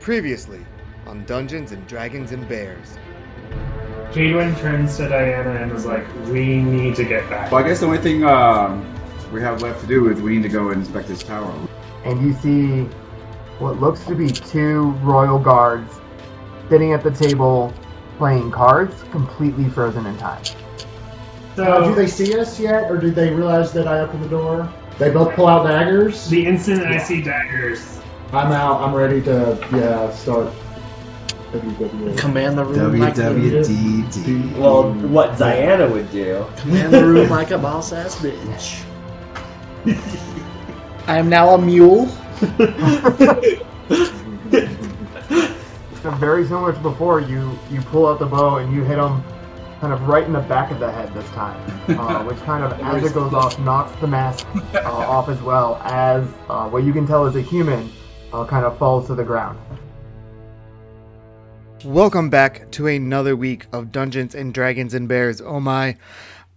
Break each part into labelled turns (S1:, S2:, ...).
S1: Previously on Dungeons and Dragons and Bears.
S2: Jadwin turns to Diana and is like, "We need to get back."
S3: Well, I guess the only thing um, we have left to do is we need to go and inspect this tower.
S4: and you see what looks to be two royal guards sitting at the table playing cards, completely frozen in time.
S5: Now, Uh, do
S2: So
S5: they see us yet, or do they realize that I opened the door? They both pull out daggers.
S2: the instant I see daggers,
S5: I'm out. I'm ready to yeah start. E. WWE.
S6: command the room like
S3: WWDD.
S7: Well, what Diana would do.
S6: command the room like a boss ass bitch. I am now a mule.
S4: So very similar to before, you you pull out the bow and you hit them kind of right in the back of the head this time, uh, which kind of as it goes off knocks the mask uh, off as well as uh, what you can tell is a human uh, kind of falls to the ground.
S1: Welcome back to another week of Dungeons and Dragons and Bears. Oh my.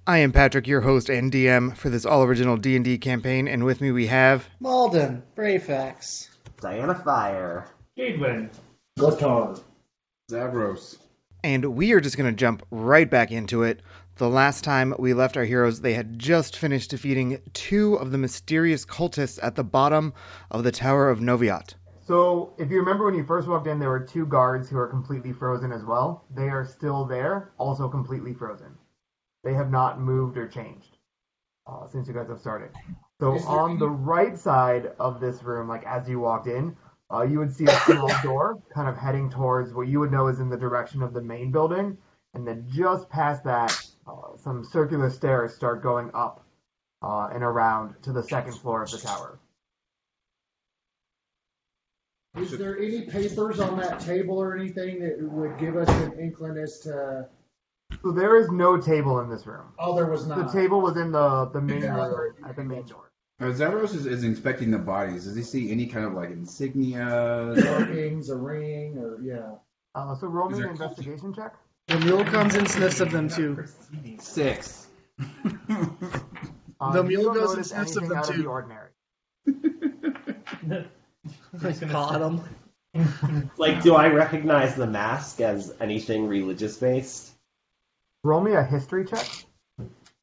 S1: I am Patrick, your host and DM for this all original D&D campaign and with me we have
S6: Malden, Brayfax.
S7: Diana Fire.
S2: Jadwin.
S5: Guitar.
S3: Zabros.
S1: and we are just going to jump right back into it. The last time we left our heroes, they had just finished defeating two of the mysterious cultists at the bottom of the Tower of Noviat.
S4: So, if you remember when you first walked in, there were two guards who are completely frozen as well. They are still there, also completely frozen. They have not moved or changed uh, since you guys have started. So, on the right side of this room, like as you walked in, uh, you would see a small door kind of heading towards what you would know is in the direction of the main building. And then just past that, uh, some circular stairs start going up uh, and around to the second floor of the tower.
S5: Is there any papers on that table or anything that would give us an inkling as to?
S4: So, there is no table in this room.
S5: Oh, there was
S4: The
S5: not.
S4: table was in the, the main
S5: Yeah.
S4: room at the main door.
S3: Uh, Zabros is, is inspecting the bodies. Does he see any kind of like insignias?
S5: Markings, a ring, or yeah.
S4: Uh, so roll
S3: Is
S4: me
S3: there
S4: an
S3: a culture?
S4: investigation check.
S6: The mule comes and sniffs at them too.
S3: Six.
S4: Uh,
S6: The
S4: you
S6: mule
S4: don't
S6: goes and
S4: notice
S6: sniffs of
S4: anything
S6: them
S4: out of
S6: too.
S4: the ordinary.
S6: Pot 'em.
S7: Like, do I recognize the mask as anything religious based?
S4: Roll me a history check.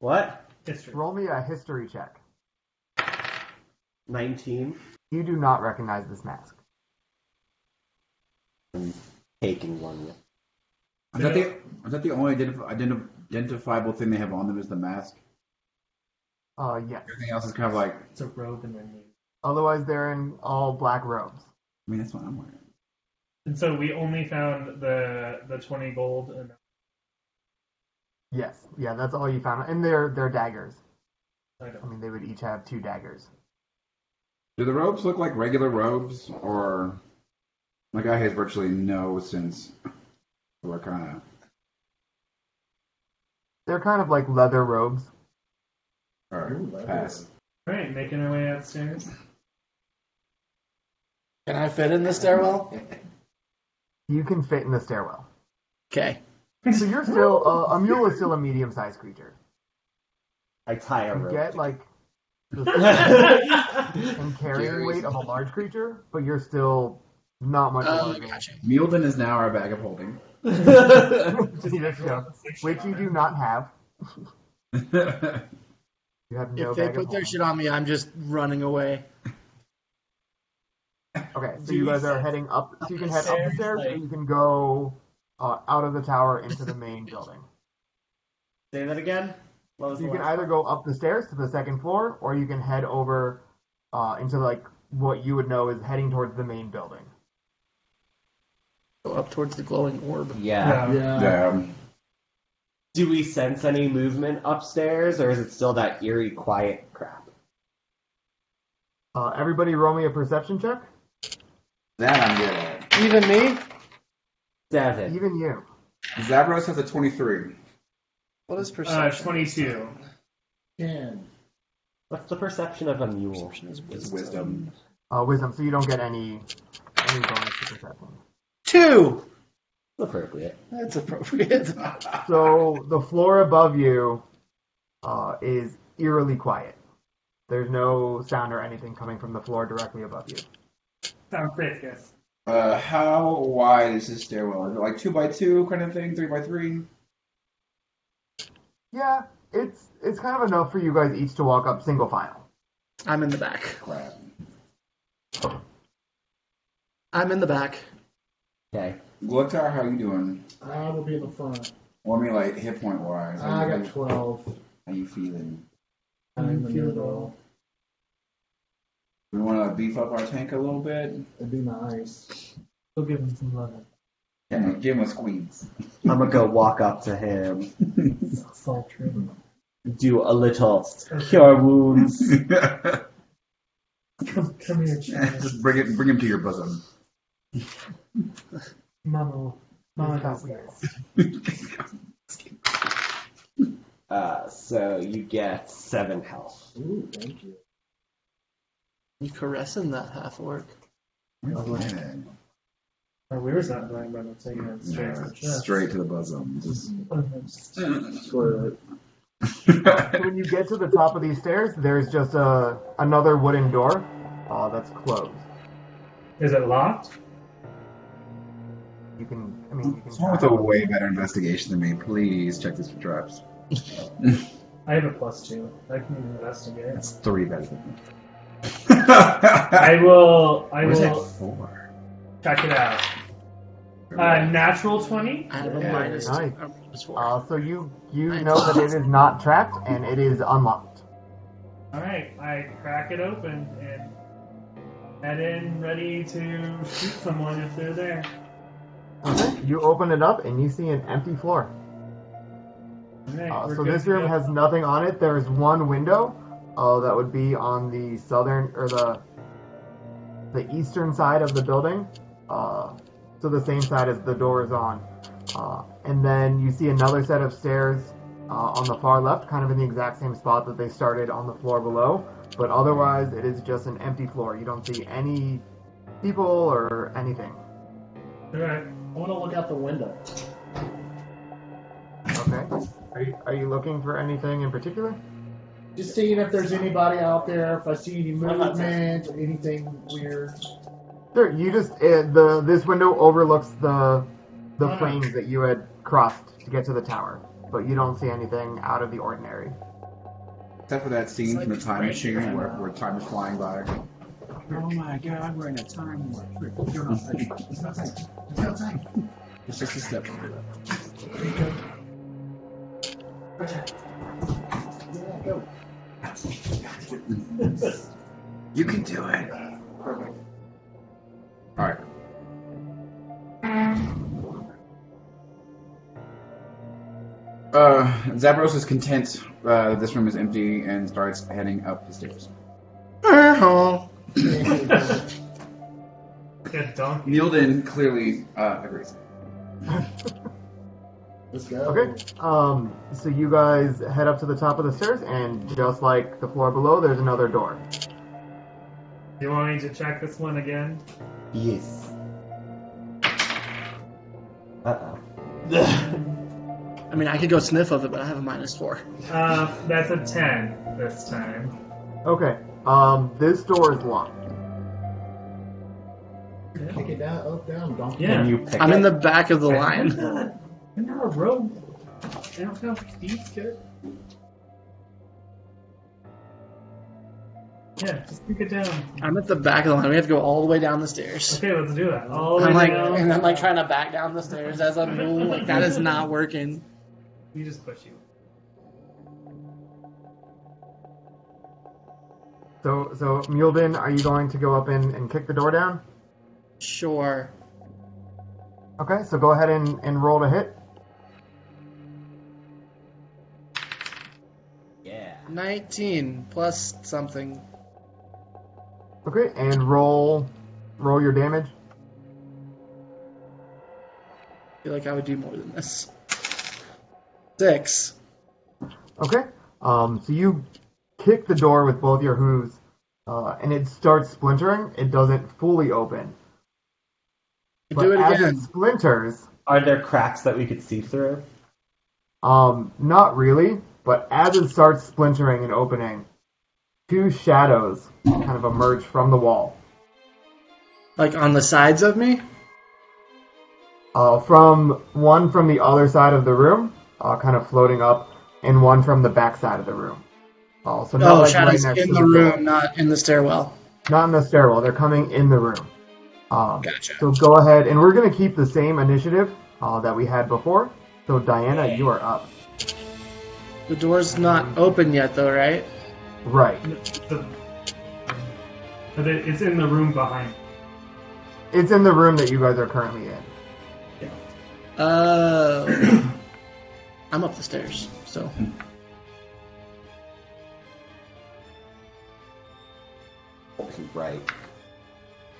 S7: What?
S2: History.
S4: Roll me a history check.
S7: 19?
S4: You do not recognize this mask.
S7: Taking one.
S3: Is that the, is that the only identif- identif- identifiable thing they have on them is the mask?
S4: Uh, yes.
S3: Everything else is kind of like,
S2: It's a robe and then we-
S4: Otherwise, they're in all black robes.
S3: I mean, that's what I'm wearing.
S2: And so we only found the the twenty gold and
S4: Yes. Yeah, that's all you found. And they're they're daggers.
S2: I
S4: I
S2: don't.
S4: mean, they would each have two daggers.
S3: Do the robes look like regular robes, or my guy has virtually no sense of arcana?
S4: They're kind of like leather robes.
S3: All right,
S5: Ooh, leather.
S3: pass.
S2: All right, making our way upstairs.
S6: Can I fit in the stairwell?
S4: You can fit in the stairwell.
S6: Okay.
S4: So you're still uh, a mule is still a medium-sized creature.
S7: I tie a
S4: You
S7: rope.
S4: get like the and carrying
S3: Jerry's.
S4: weight of a large creature, but you're still not much
S6: Oh,
S4: larger.
S6: gotcha.
S3: Mielden is now our bag of holding.
S4: Yes, yeah. Which you do not have. You have no
S6: If they
S4: bag of
S6: put their
S4: holding.
S6: shit on me, I'm just running away.
S4: Okay, so
S2: Do
S4: you
S2: you
S4: guys are
S2: say-
S4: heading up. So you can
S6: the
S4: head up the
S6: stairs,
S4: stairs, or
S6: like-
S4: you can go uh, out of the tower into the main building.
S7: Say that again? What was
S4: So you
S7: the
S4: can
S7: last-
S4: either go up the stairs to the second floor, or you can head over uh, into like what you would know is heading towards the main building.
S6: Go up towards the glowing orb.
S7: Yeah.
S2: Yeah.
S3: Yeah.
S7: Do we sense any movement upstairs, or is it still that eerie, quiet crap?
S4: Uh, everybody, roll me a perception check.
S3: That I'm good at.
S6: Even me?
S7: Seven.
S4: Even you.
S3: Zabros has a 23.
S6: What is
S2: Uh,
S6: perception?
S2: twenty-two.
S5: Ten.
S7: What's the perception of a mule?
S6: Perception is
S3: It's
S6: wisdom.
S3: wisdom.
S4: Uh, wisdom, so you don't get any any bonus to perception.
S6: Two!
S7: Appropriate.
S6: That's appropriate.
S4: So the floor above you uh, is eerily quiet. There's no sound or anything coming from the floor directly above you.
S2: Sounds safe, yes.
S3: Uh, how wide is this stairwell? Is it like two by two kind of thing, three by three?
S4: Yeah, it's it's kind of enough for you guys each to walk up single file.
S6: I'm in the back.
S3: Crap.
S6: I'm in the back.
S7: Okay.
S3: Glutar, how you doing?
S5: I will be in the front.
S3: Well, I mean, like hit point wise.
S5: Ah, I
S3: How, you-
S5: got 12.
S3: how you feeling?
S5: I didn't feel it all.
S3: We want to beef up our tank a little bit.
S5: It'd be nice. We'll give him some love.
S3: Yeah, give him a squeeze.
S7: I'm gonna go walk up to him,
S5: Sultry.
S7: do a little cure wounds.
S3: Just
S5: Come, come here, Chad.
S3: bring it, bring him to your bosom.
S5: Mama. Mama does this.
S7: Uh, so you get seven health.
S5: Ooh, thank you.
S6: You caressing that half orc.
S5: Oh, where's that blind brother taking it straight to the chest?
S3: straight to the bosom. Just
S5: Toilet.
S4: When you get to the top of these stairs, there's just a another wooden door uh, that's closed.
S2: Is it locked?
S4: You can, I mean, you can.
S3: someone with a way better investigation than me, please check this for traps.
S2: I have a plus two. I can investigate.
S3: That's three better than me.
S2: I will. I
S3: Where's that
S2: will
S3: four?
S2: check it out. Uh, natural twenty.
S6: I have a
S4: Yeah,
S6: minus two.
S4: nice.
S6: a minus four.
S4: Uh, so you you know that it is not trapped and it is unlocked.
S2: All right, I crack it open and head in, ready to shoot someone if they're there.
S4: You open it up and you see an empty floor.
S2: All right,
S4: Uh,
S2: we're
S4: so
S2: good
S4: this
S2: to
S4: room
S2: go.
S4: has nothing on it. There's one window. Uh, that would be on the southern or the the eastern side of the building. Uh, so the same side as the door is on. Uh, and then you see another set of stairs uh, on the far left, kind of in the exact same spot that they started on the floor below. But otherwise, it is just an empty floor. You don't see any people or anything.
S2: All right.
S5: I want to look out the window.
S4: Okay. Are you, are you looking for anything in particular?
S5: Just seeing if there's anybody out there, if I see any
S6: I'm not
S5: movement, anything weird.
S4: Sure. You just uh, the this window overlooks the the
S2: Ah.
S4: frames that you had crossed to get to the tower, but you don't see anything out of the ordinary.
S3: Except for that scene from the time machine where, where time is flying by.
S8: Oh my god, we're in a time warp. Rick, You're not safe. It's not safe. It's not safe. It's just a step over that.
S3: You can do it. Perfect. All right. Uh, Zabros is content uh, that this room is empty and starts heading up the stairs.
S6: Uh-huh.
S2: Good donkey.
S3: Neilden clearly uh, agrees.
S5: Let's go.
S4: Okay. Um. So you guys head up to the top of the stairs, and just like the floor below, there's another door.
S2: You want me to check this one again?
S7: Yes. Uh
S6: I mean, I could go sniff of it, but I have a minus four.
S2: Uh, that's a ten this time.
S4: Okay. Um. This door is locked.
S5: Kick it down, up, down, donkey.
S7: oh.
S2: Yeah.
S7: You pick
S6: I'm in
S7: it.
S6: the back of the line.
S2: Isn't there a rope? I don't know. Thieves get. Yeah, just pick it down.
S6: I'm at the back of the line. We have to go all the way down the stairs.
S2: Okay, let's do that. All the
S6: I'm
S2: way
S6: like,
S2: down.
S6: and I'm like trying to back down the stairs as I'm moving. Like, that is not working.
S2: We just push you.
S4: So so Mulden, are you going to go up and, and kick the door down?
S6: Sure.
S4: Okay. So go ahead and and roll to hit.
S7: Yeah.
S6: 19 plus something.
S4: Okay. And roll roll your damage.
S6: I feel like I would do more than this. Six.
S4: Okay. Um, so you kick the door with both your hooves, uh, and it starts splintering. It doesn't fully open. But
S6: Do it
S4: as
S6: again.
S4: it splinters,
S7: Are there cracks that we could see through?
S4: um, not really, but as it starts splintering and opening, two shadows kind of emerge from the wall.
S6: Like on the sides of me?
S4: Uh, from one from the other side of the room, uh, kind of floating up, and one from the back side of the room. Uh, so not
S6: Oh,
S4: like
S6: shadows
S4: right next
S6: in
S4: to
S6: the
S4: door.
S6: room, not in the stairwell.
S4: Not in the stairwell. They're coming in the room. Um,
S6: Gotcha.
S4: So go ahead, and we're going to keep the same initiative uh, that we had before. So Diana, you are up.
S6: The door's not open yet, though, right?
S4: Right.
S2: The- But it, it's in the room behind.
S4: It's in the room that you guys are currently in.
S6: Oh. I'm up the stairs, so.
S7: Right.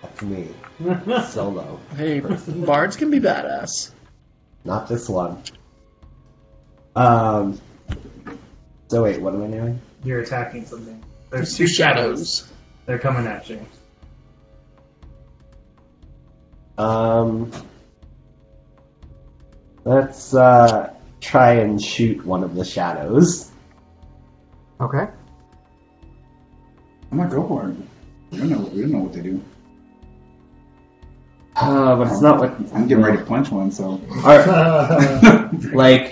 S7: That's me.
S2: me.
S7: Solo.
S6: Hey, bards can be badass.
S7: Not this one. Um. So wait, what am I doing?
S2: You're attacking something. There's
S6: Two shadows.
S2: They're coming at you.
S7: Um. Let's uh try and shoot one of the shadows.
S4: Okay.
S3: I'm not go for it. We don't know. We don't know what they do.
S7: Uh, but it's not what
S3: I'm getting ready to punch one. So
S7: Are, like,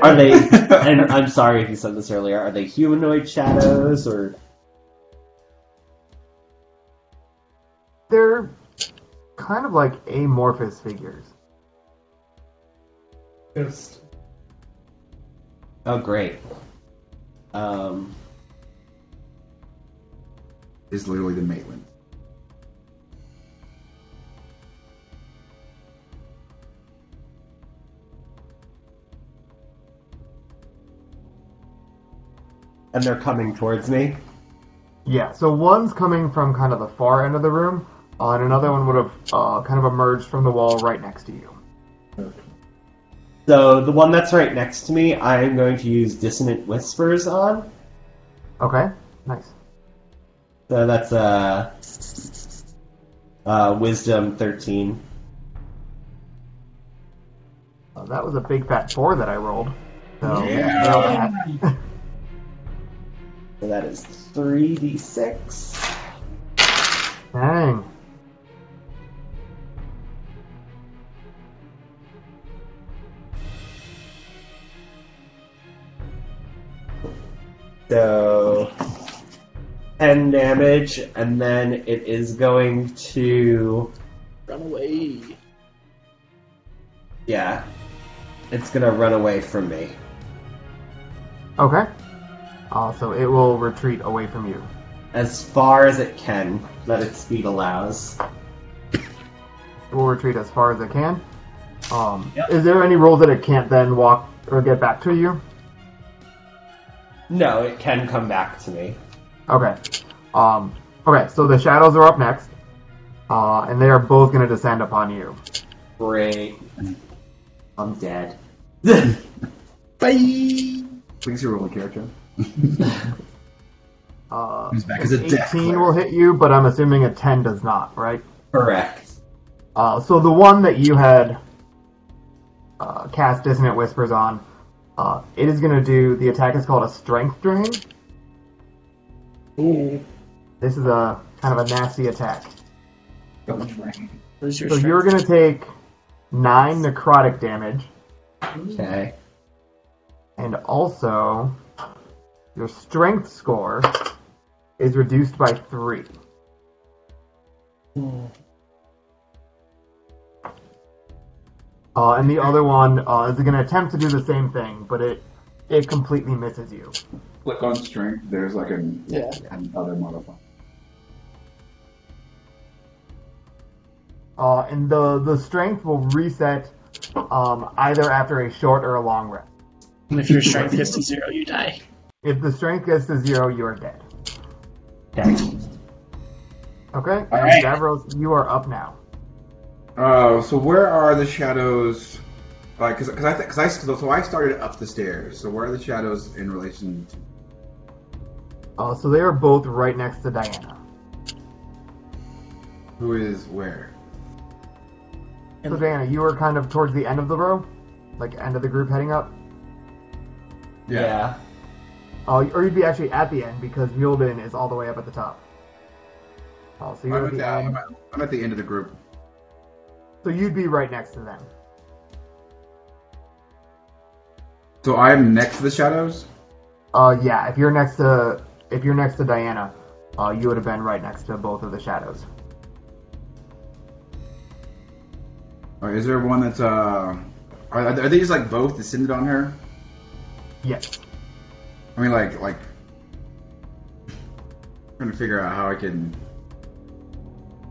S7: are they? And I'm sorry if you said this earlier. Are they humanoid shadows or?
S4: They're kind of like amorphous figures.
S2: Just
S7: Oh, great. Um,
S3: it's literally the Maitland.
S7: and they're coming towards me.
S4: Yeah, so one's coming from kind of the far end of the room, uh, and another one would have uh, kind of emerged from the wall right next to you.
S7: So the one that's right next to me, I am going to use dissonant whispers on.
S4: Okay, nice.
S7: So that's a uh, uh, wisdom thirteen.
S4: Uh, that was a big fat four that I rolled. So,
S3: Yeah.
S4: roll that.
S7: So that is three d six.
S4: Dang.
S7: So ten damage, and then it is going to.
S6: Run away.
S7: Yeah. It's gonna run away from me.
S4: Okay. Uh, so it will retreat away from you.
S7: As far as it can that its speed allows.
S4: It will retreat as far as it can. Um, Is there any rule that it can't then walk or get back to you?
S7: No, it can come back to me.
S4: Okay. Um, okay, so the shadows are up next, uh, and they are both going to descend upon you.
S7: Great. I'm dead.
S6: Bye.
S3: Please, you roll a character.
S4: Uh,
S3: Comes back
S4: an
S3: as a death
S4: 18
S3: cleric.
S4: will hit you, but I'm assuming a 10 does not, right?
S7: Correct.
S4: Uh, so the one that you had uh, cast Dissonant Whispers on, uh, it is going to do, the attack is called a Strength Drain.
S6: Ooh.
S4: This is a kind of a nasty attack.
S6: Where's your
S4: So
S6: strength?
S4: you're going to take 9 necrotic damage,
S7: Okay.
S4: and also your Strength score is reduced by 3. Uh, and the other one uh, is going to attempt to do the same thing, but it it completely misses you.
S3: Click on strength. There's like an,
S6: Yeah.
S3: an other modifier.
S4: Uh, and the the strength will reset um, either after a short or a long rest.
S6: And if your strength gets to zero, you die.
S4: If the strength gets to zero, you are dead.
S7: Okay.
S4: Okay,
S3: All
S4: and
S3: right.
S4: Davros, you are up now.
S3: Oh, so where are the shadows? Like, cause, 'cause I, th- cause I, so so I started up the stairs. So where are the shadows in relation to?
S4: Uh, so they are both right next to Diana.
S3: Who is where?
S4: So Diana, you are kind of towards the end of the row, like end of the group heading up.
S7: Yeah.
S4: Oh, Uh, or you'd be actually at the end because Yulden is all the way up at the top. Uh, so
S3: I'm
S4: you're
S3: at,
S4: at
S3: the,
S4: the
S3: I'm,
S4: end.
S3: at, I'm at the end of the group.
S4: So you'd be right next to them.
S3: So I'm next to the shadows.
S4: Uh, yeah. If you're next to if you're next to Diana, uh, you would have been right next to both of the shadows.
S3: Or is there one that's uh? Are, are they just like both descended on her?
S4: Yes.
S3: I mean, like like. I'm trying to figure out how I can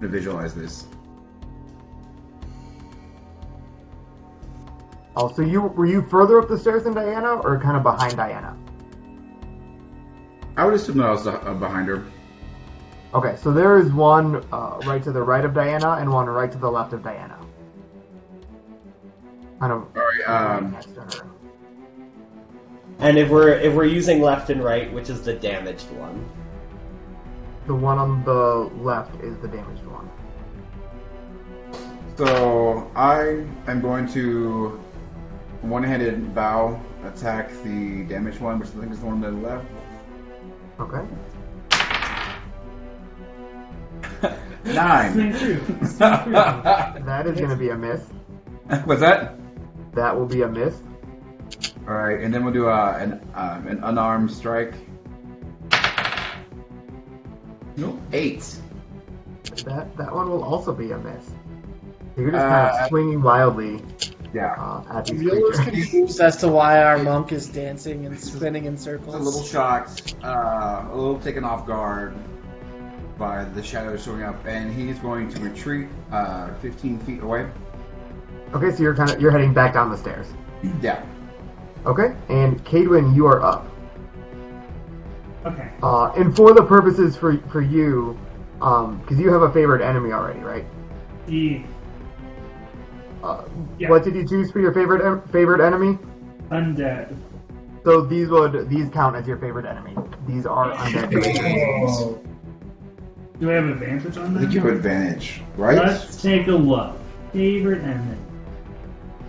S3: to visualize this.
S4: Oh, so you were you further up the stairs than Diana, or kind of behind Diana?
S3: I would assume that I was uh, behind her.
S4: Okay, so there is one uh, right to the right of Diana and one right to the left of Diana. Kind of
S3: All right.
S4: right
S3: Um,
S4: next to her.
S7: And if we're if we're using left and right, which is the damaged one,
S4: The one on the left is the damaged one.
S3: so I am going to one-handed bow attack the damaged one, which I think is the one to the left.
S4: Okay.
S3: Nine.
S4: That is going to be a miss.
S3: What's that?
S4: That will be a miss.
S3: All right, and then we'll do uh, an um, an unarmed strike. Nope. Eight.
S4: That that one will also be a miss. So you're just kind
S3: Uh,
S4: of swinging wildly
S3: Yeah.
S4: uh, at these
S5: Mueller's
S4: creatures.
S5: confused.
S6: As to why our monk is dancing and spinning in
S3: A little
S6: circles.
S3: shocked, uh, a little taken off guard by the shadow showing up, and he's going to retreat uh, 15 feet away.
S4: Okay, so you're kind of you're heading back down the stairs.
S3: Yeah.
S4: Okay, and Cadwin, you are up.
S2: Okay.
S4: Uh, and for the purposes for for you, because you have a favorite enemy already, right?
S2: The
S4: Uh,
S2: Yeah.
S4: What did you choose for your favorite en- favorite enemy?
S2: undead.
S4: So these would these count as your favorite enemy. These are undead.
S2: Do I have advantage on
S3: I think
S2: that?
S3: you have advantage, right?
S2: Let's take a look. Favorite enemy.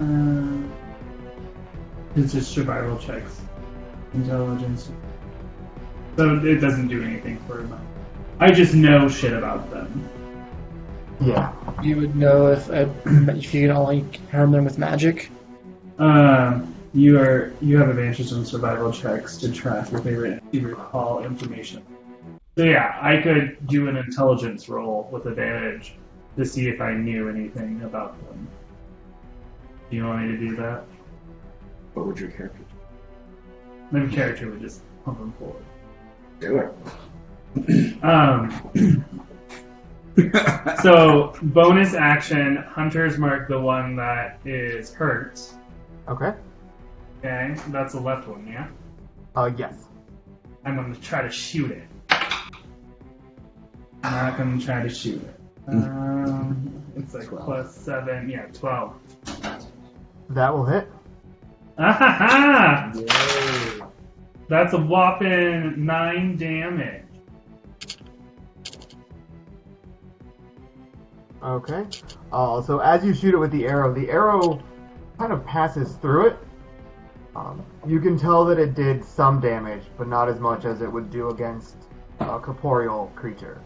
S2: Uh, it's just survival checks, intelligence. So it doesn't do anything for me. I just know shit about them.
S4: yeah.
S6: You would know if uh, if you can only harm them with magic.
S2: Um, you are you have advantages on survival checks to track your favorite you recall information. So yeah, I could do an intelligence roll with advantage to see if I knew anything about them. Do you want me to do that?
S3: What would your character
S2: My character would just pump them forward.
S3: do? it.
S2: Um, so bonus action, hunters mark the one that is hurt.
S4: Okay.
S2: Okay, that's the left one, yeah.
S4: Uh, yes.
S2: I'm gonna try to shoot it. I'm not gonna try to shoot it.
S7: Hmm.
S2: Um, it's like plus seven, yeah, twelve.
S4: That will hit.
S2: Ah ha ha! That's a whopping nine damage.
S4: Okay. Uh, so as you shoot it with the arrow, the arrow kind of passes through it. Um, you can tell that it did some damage, but not as much as it would do against a corporeal creature.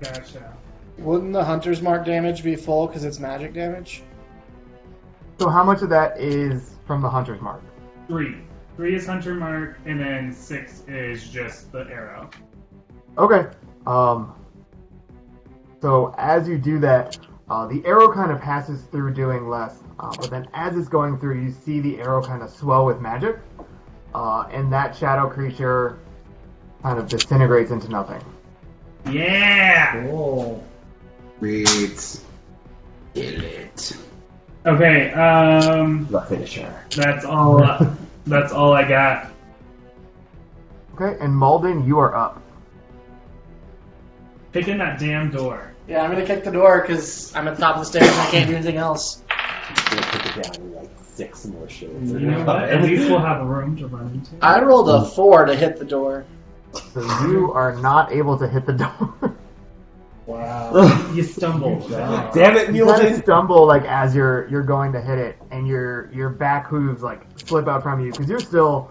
S2: Gotcha.
S6: Wouldn't the hunter's mark damage be full because it's magic damage?
S4: So how much of that is from the hunter's mark?
S2: Three. Three is hunter mark, and then six is just the arrow.
S4: Okay. Um, so as you do that, uh, the arrow kind of passes through, doing less. Uh, but then as it's going through, you see the arrow kind of swell with magic, uh, and that shadow creature kind of disintegrates into nothing.
S2: Yeah.
S3: Wait. Get it.
S2: Okay. Um,
S7: the finisher.
S2: that's all. that's all I got.
S4: Okay, and Malden, you are up.
S2: Pick in that damn door.
S6: Yeah, I'm gonna kick the door because I'm at the top of the stairs and I can't do anything else.
S7: We'll put it down in like six more shields.
S2: You know what? At least we'll have room to run into.
S6: I rolled a four to hit the door.
S4: So you are not able to hit the door.
S2: You stumbled.
S7: Damn it,
S4: you kind of
S7: Mulden!
S4: stumble like as you're you're going to hit it, and your your back hooves like slip out from you because you're still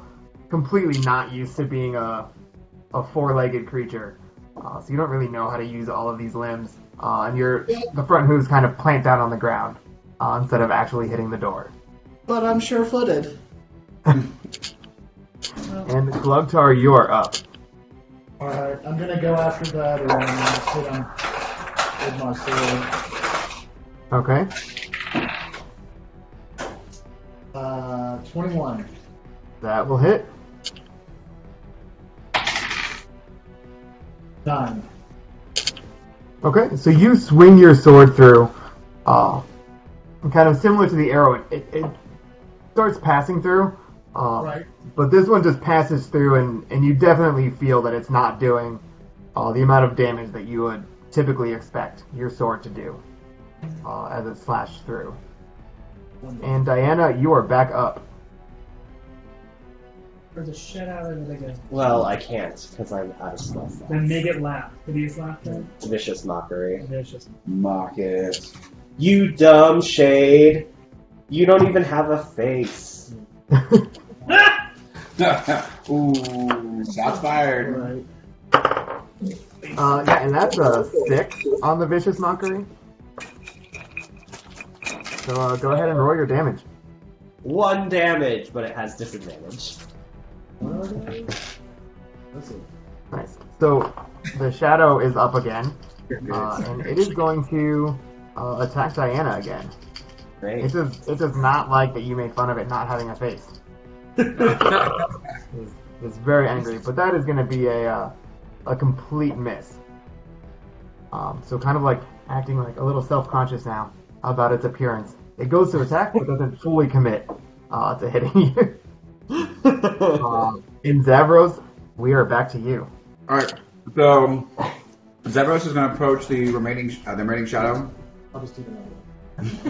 S4: completely not used to being a a four-legged creature. Uh, so you don't really know how to use all of these limbs, uh, and your the front hooves kind of plant down on the ground uh, instead of actually hitting the door.
S9: But I'm sure footed.
S4: And Glugtar, you're up.
S5: Alright, I'm gonna go after that and hit him with my sword.
S4: Okay.
S5: Uh, 21.
S4: That will hit.
S5: 9.
S4: Okay, so you swing your sword through, uh, kind of similar to the arrow. It, it, it starts passing through, uh,
S5: Right.
S4: but this one just passes through, and, and you definitely feel that it's not doing uh, the amount of damage that you would typically expect your sword to do uh, as it slashed through. And Diana, you are back up.
S8: For the shit out of it again.
S7: Well, I can't because I'm out of spell
S8: Then
S7: slots.
S8: make it laugh. Hideous laughter.
S7: Vicious mockery.
S8: Vicious.
S3: Mock it.
S7: You dumb shade. You don't even have a face.
S4: Uh,
S3: Ooh, shots fired.
S5: Right.
S4: Uh, yeah, and that's a six on the vicious mockery. So uh, go ahead and roll your damage.
S7: One damage, but it has disadvantage.
S4: Nice. So the shadow is up again, uh, and it is going to uh, attack Diana again. It
S7: Great.
S4: does. It does not like that you made fun of it not having a face. It's, it's very angry, but that is going to be a uh, a complete miss. Um, so kind of like acting like a little self-conscious now about its appearance. It goes to attack, but doesn't fully commit uh, to hitting you. Um, in Zavros, we are back to you.
S3: All right. So Zevros is going to approach the remaining sh- uh, the remaining shadow,
S5: I'll just do another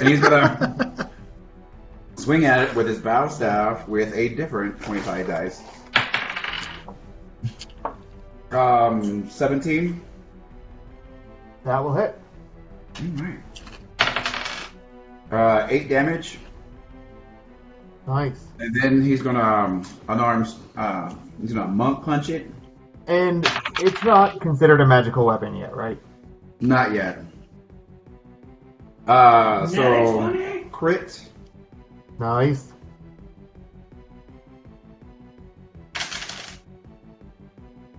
S3: and he's going to swing at it with his bow staff with a different twenty-five dice. Um, seventeen.
S4: That will hit.
S3: All right. Uh, eight damage,
S4: Nice.
S3: and then he's going to um, unarmed. Uh, he's going to monk punch it.
S4: And it's not considered a magical weapon yet, right?
S3: Not yet. Uh, so crit.
S4: Nice.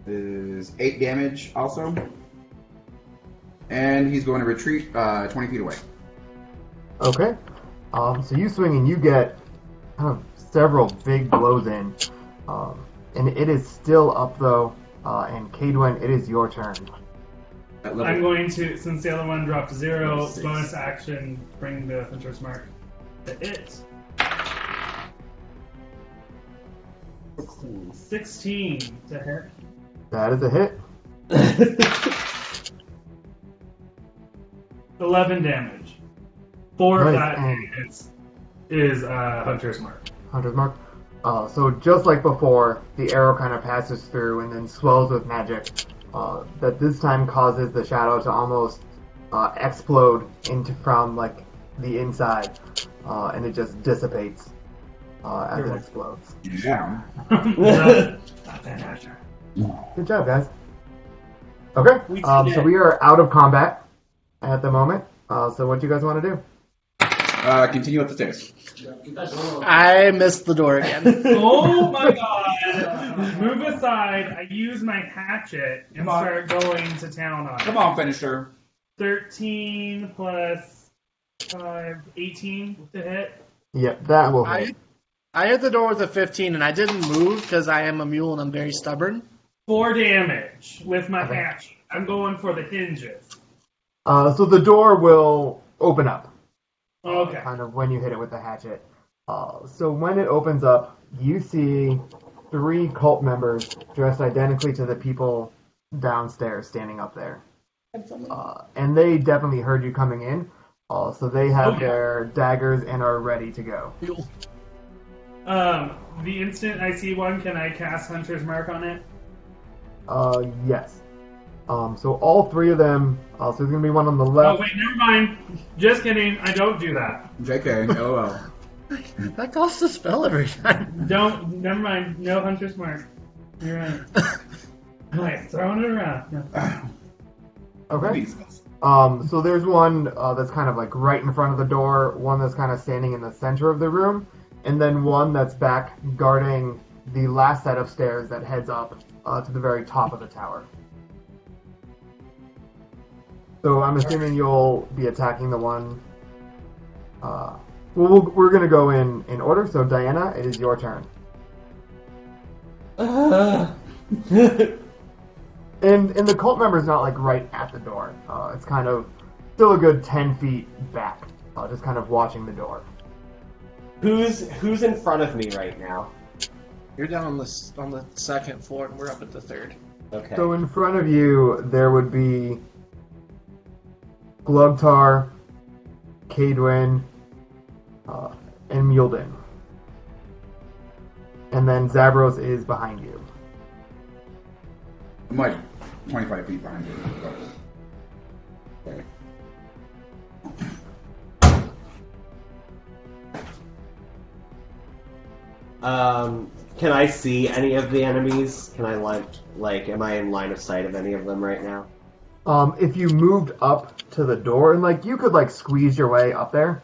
S3: is eight damage also. And he's going to retreat uh, 20 feet away.
S4: Okay. Um, so you swing and you get kind of several big blows in. Um, and it is still up though. Uh, and Cadwin, it is your turn.
S3: At
S2: I'm
S3: level,
S2: going to, since the other one dropped zero,
S3: Six.
S2: bonus action, bring the hunter's mark to it. 16 to hit.
S4: That is a hit.
S2: 11 damage. Four of
S4: Nice.
S2: that is, is uh, Hunter's Mark.
S4: Hunter's mark. Uh, so just like before, the arrow kind of passes through and then swells with magic. Uh, that this time causes the shadow to almost uh, explode into from like the inside, uh, and it just dissipates uh, as it explodes.
S3: yeah.
S4: Good job, guys. Okay,
S6: We
S4: um,
S6: did
S4: so
S6: it.
S4: we are out of combat at the moment. Uh, so what do you guys want to do?
S3: Uh, continue up the stairs.
S6: I missed the door again.
S2: oh my god! Move aside. I use my hatchet and
S3: on.
S2: start going to town on it.
S3: Come on, finisher.
S2: 13 plus 5, 18 to hit.
S4: Yep, that will
S6: I,
S4: hit.
S6: I hit the door with a 15 and I didn't move because I am a mule and I'm very stubborn.
S2: Four damage with my hatchet. I'm going for the hinges.
S4: Uh, so the door will open up.
S2: Okay.
S4: kind of when you hit it with the hatchet. Uh, so when it opens up, you see three cult members dressed identically to the people downstairs standing up there. Uh, and they definitely heard you coming in. Uh, so they have
S2: Okay.
S4: their daggers and are ready to go.
S2: Um, the instant I see one, can I cast Hunter's Mark on it?
S4: Uh, yes. Um, so all three of them. Uh, so there's gonna be one on the
S2: Oh,
S4: left.
S2: wait, never mind. Just kidding. I don't do that.
S3: JK, lol.
S6: That costs a spell every time.
S2: Don't. Never mind. No hunter's mark. You're right. Like throwing it around. No.
S4: Okay.
S3: These guys.
S4: Um, so there's one uh, that's kind of like right in front of the door, one that's kind of standing in the center of the room, and then one that's back guarding the last set of stairs that heads up uh, to the very top of the tower. So I'm assuming you'll be attacking the one. Uh, well, we'll we're gonna go in in order. So Diana, it is your turn.
S7: Ah.
S4: And and the cult member's not like right at the door. Uh, it's kind of still a good ten feet back, uh, just kind of watching the door.
S7: who's who's in front of me right now?
S6: You're down on the s- on the second floor, and we're up at the third.
S7: Okay.
S4: So in front of you there would be Glugtar, Cadwin, uh, and Mulden. And then Zabros is behind you.
S3: I'm like 25 feet behind you.
S7: Um, can I see any of the enemies? Can I like like am I in line of sight of any of them right now?
S4: Um, if you moved up to the door and like you could like squeeze your way up there,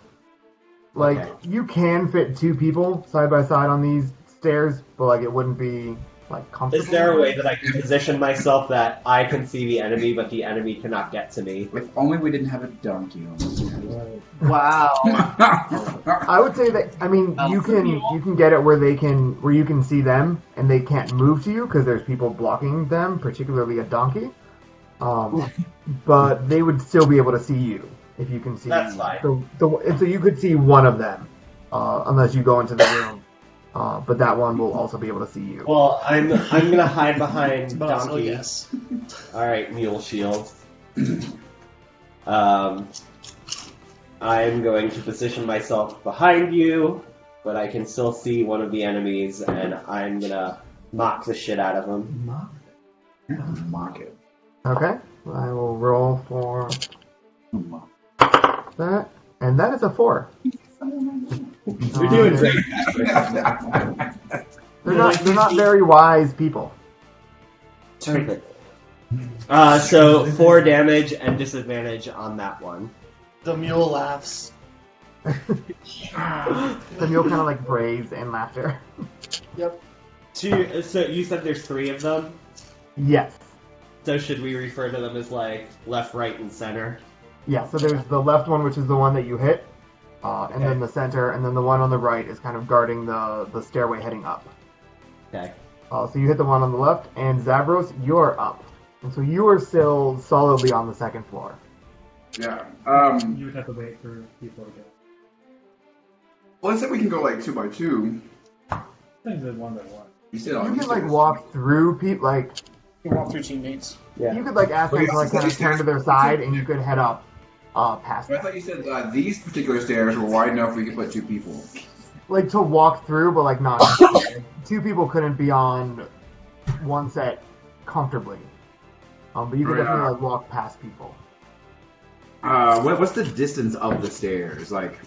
S4: like
S7: Okay.
S4: you can fit two people side by side on these stairs, but like it wouldn't be like comfortable.
S7: Is there a way that I can position myself that I can see the enemy but the enemy cannot get to me?
S3: If only we didn't have a donkey on this
S4: Wow. I would say that I mean you can you can get it where they can where you can see them and they can't move to you because there's people blocking them, particularly a donkey. Um, but they would still be able to see you if you can see.
S7: That's fine.
S4: The, the, and so you could see one of them, uh, unless you go into the room. Uh, but that one will also be able to see you.
S7: Well, I'm I'm gonna hide behind
S6: But also
S7: donkey.
S6: yes.
S7: All right, mule shield. um, I'm going to position myself behind you, but I can still see one of the enemies, and I'm gonna mock the shit out of him.
S3: Mock it. Mock it.
S4: Okay, I will roll for
S3: Mock
S4: that, and that is a four.
S7: You're doing
S4: Uh,
S7: great.
S3: it.
S4: They're not they're not very wise people.
S7: Terrific. Uh, so four damage and disadvantage on that one.
S6: The mule laughs.
S4: The mule kind of like braves and laughter.
S7: Two. So you said there's three of them.
S4: Yes.
S7: So should we refer to them as like left, right, and center?
S4: Yeah, so there's the left one, which is the one that you hit, uh, and then the center, and then the one on the right is kind of guarding the, the stairway heading up.
S7: Okay.
S4: Uh, so you hit the one on the left, and Zabros, you're up. And so you are still solidly on the second floor.
S3: yeah. Um,
S2: You would have to wait for people to get.
S3: let's say we can go like two by two.
S2: I think there's one by one.
S3: You said uh,
S4: You can like walk through people, like
S6: You walk through teammates.
S7: Yeah.
S4: you could like ask them to like kind of turn to their side, and you could head up uh, past
S3: I
S4: them.
S3: thought you said uh, these particular stairs were wide enough we could put two people.
S4: like to walk through, but like not two people couldn't be on one set comfortably. Um, but you could
S3: Yeah.
S4: definitely like walk past people.
S3: Uh, what, what's the distance of the stairs? Like,